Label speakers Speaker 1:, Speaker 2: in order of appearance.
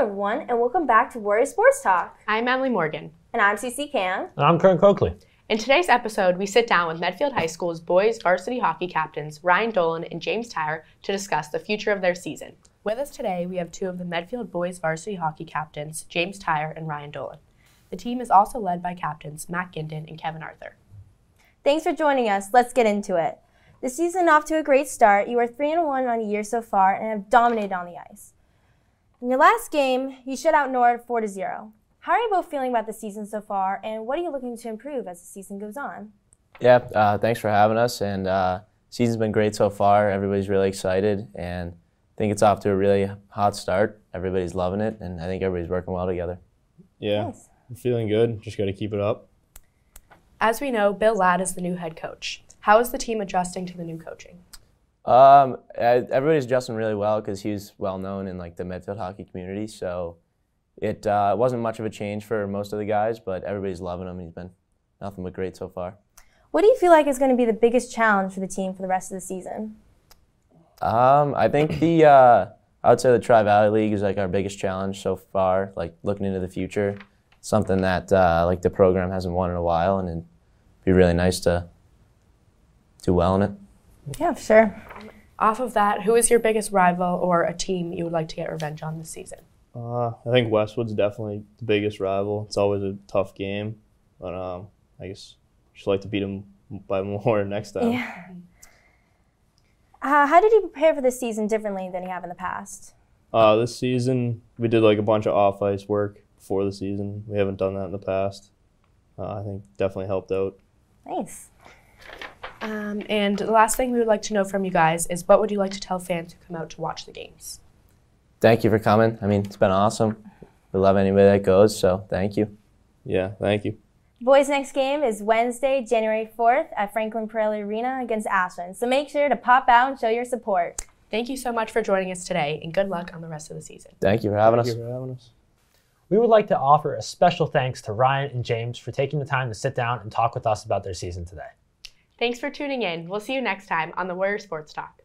Speaker 1: everyone, and welcome back to Warrior Sports Talk.
Speaker 2: I'm Emily Morgan.
Speaker 1: And I'm CC Cam.
Speaker 3: And I'm Kern Coakley.
Speaker 2: In today's episode, we sit down with Medfield High School's boys varsity hockey captains Ryan Dolan and James Tyre to discuss the future of their season. With us today, we have two of the Medfield boys varsity hockey captains, James Tyre and Ryan Dolan. The team is also led by captains Matt Gindon and Kevin Arthur.
Speaker 1: Thanks for joining us. Let's get into it. The season off to a great start. You are 3 and 1 on the year so far and have dominated on the ice. In your last game, you shut out Nord 4 to 0. How are you both feeling about the season so far, and what are you looking to improve as the season goes on?
Speaker 4: Yeah, uh, thanks for having us. And uh, season's been great so far. Everybody's really excited, and I think it's off to a really hot start. Everybody's loving it, and I think everybody's working well together.
Speaker 3: Yeah,
Speaker 1: Nice.
Speaker 3: I'm feeling good. Just got to keep it up.
Speaker 2: As we know, Bill Ladd is the new head coach. How is the team adjusting to the new coaching?
Speaker 4: Um, uh, everybody's adjusting really well because he's well known in like the Medfield hockey community. So it uh, wasn't much of a change for most of the guys, but everybody's loving him. He's been nothing but great so far.
Speaker 1: What do you feel like is going to be the biggest challenge for the team for the rest of the season?
Speaker 4: Um, I think the uh, I would say the Tri Valley League is like our biggest challenge so far. Like looking into the future, something that uh, like the program hasn't won in a while, and it'd be really nice to do well in it.
Speaker 1: Yeah, sure.
Speaker 2: Off of that, who is your biggest rival or a team you would like to get revenge on this season?
Speaker 3: Uh, I think Westwood's definitely the biggest rival. It's always a tough game, but um, I guess just like to beat them by more next time.
Speaker 1: Yeah. Uh, how did you prepare for this season differently than you have in the past?
Speaker 3: Uh, this season we did like a bunch of off ice work before the season. We haven't done that in the past. Uh, I think definitely helped out.
Speaker 1: Nice.
Speaker 2: Um, and the last thing we would like to know from you guys is what would you like to tell fans who come out to watch the games?
Speaker 4: Thank you for coming. I mean, it's been awesome. We love anybody that goes, so thank you.
Speaker 3: Yeah, thank you.
Speaker 1: Boys' next game is Wednesday, January 4th at Franklin Pirelli Arena against Ashland. So make sure to pop out and show your support.
Speaker 2: Thank you so much for joining us today and good luck on the rest of the season.
Speaker 4: Thank you for having
Speaker 3: Thank
Speaker 4: us.
Speaker 3: you for having us.
Speaker 5: We would like to offer a special thanks to Ryan and James for taking the time to sit down and talk with us about their season today.
Speaker 2: Thanks for tuning in. We'll see you next time on the Warrior Sports Talk.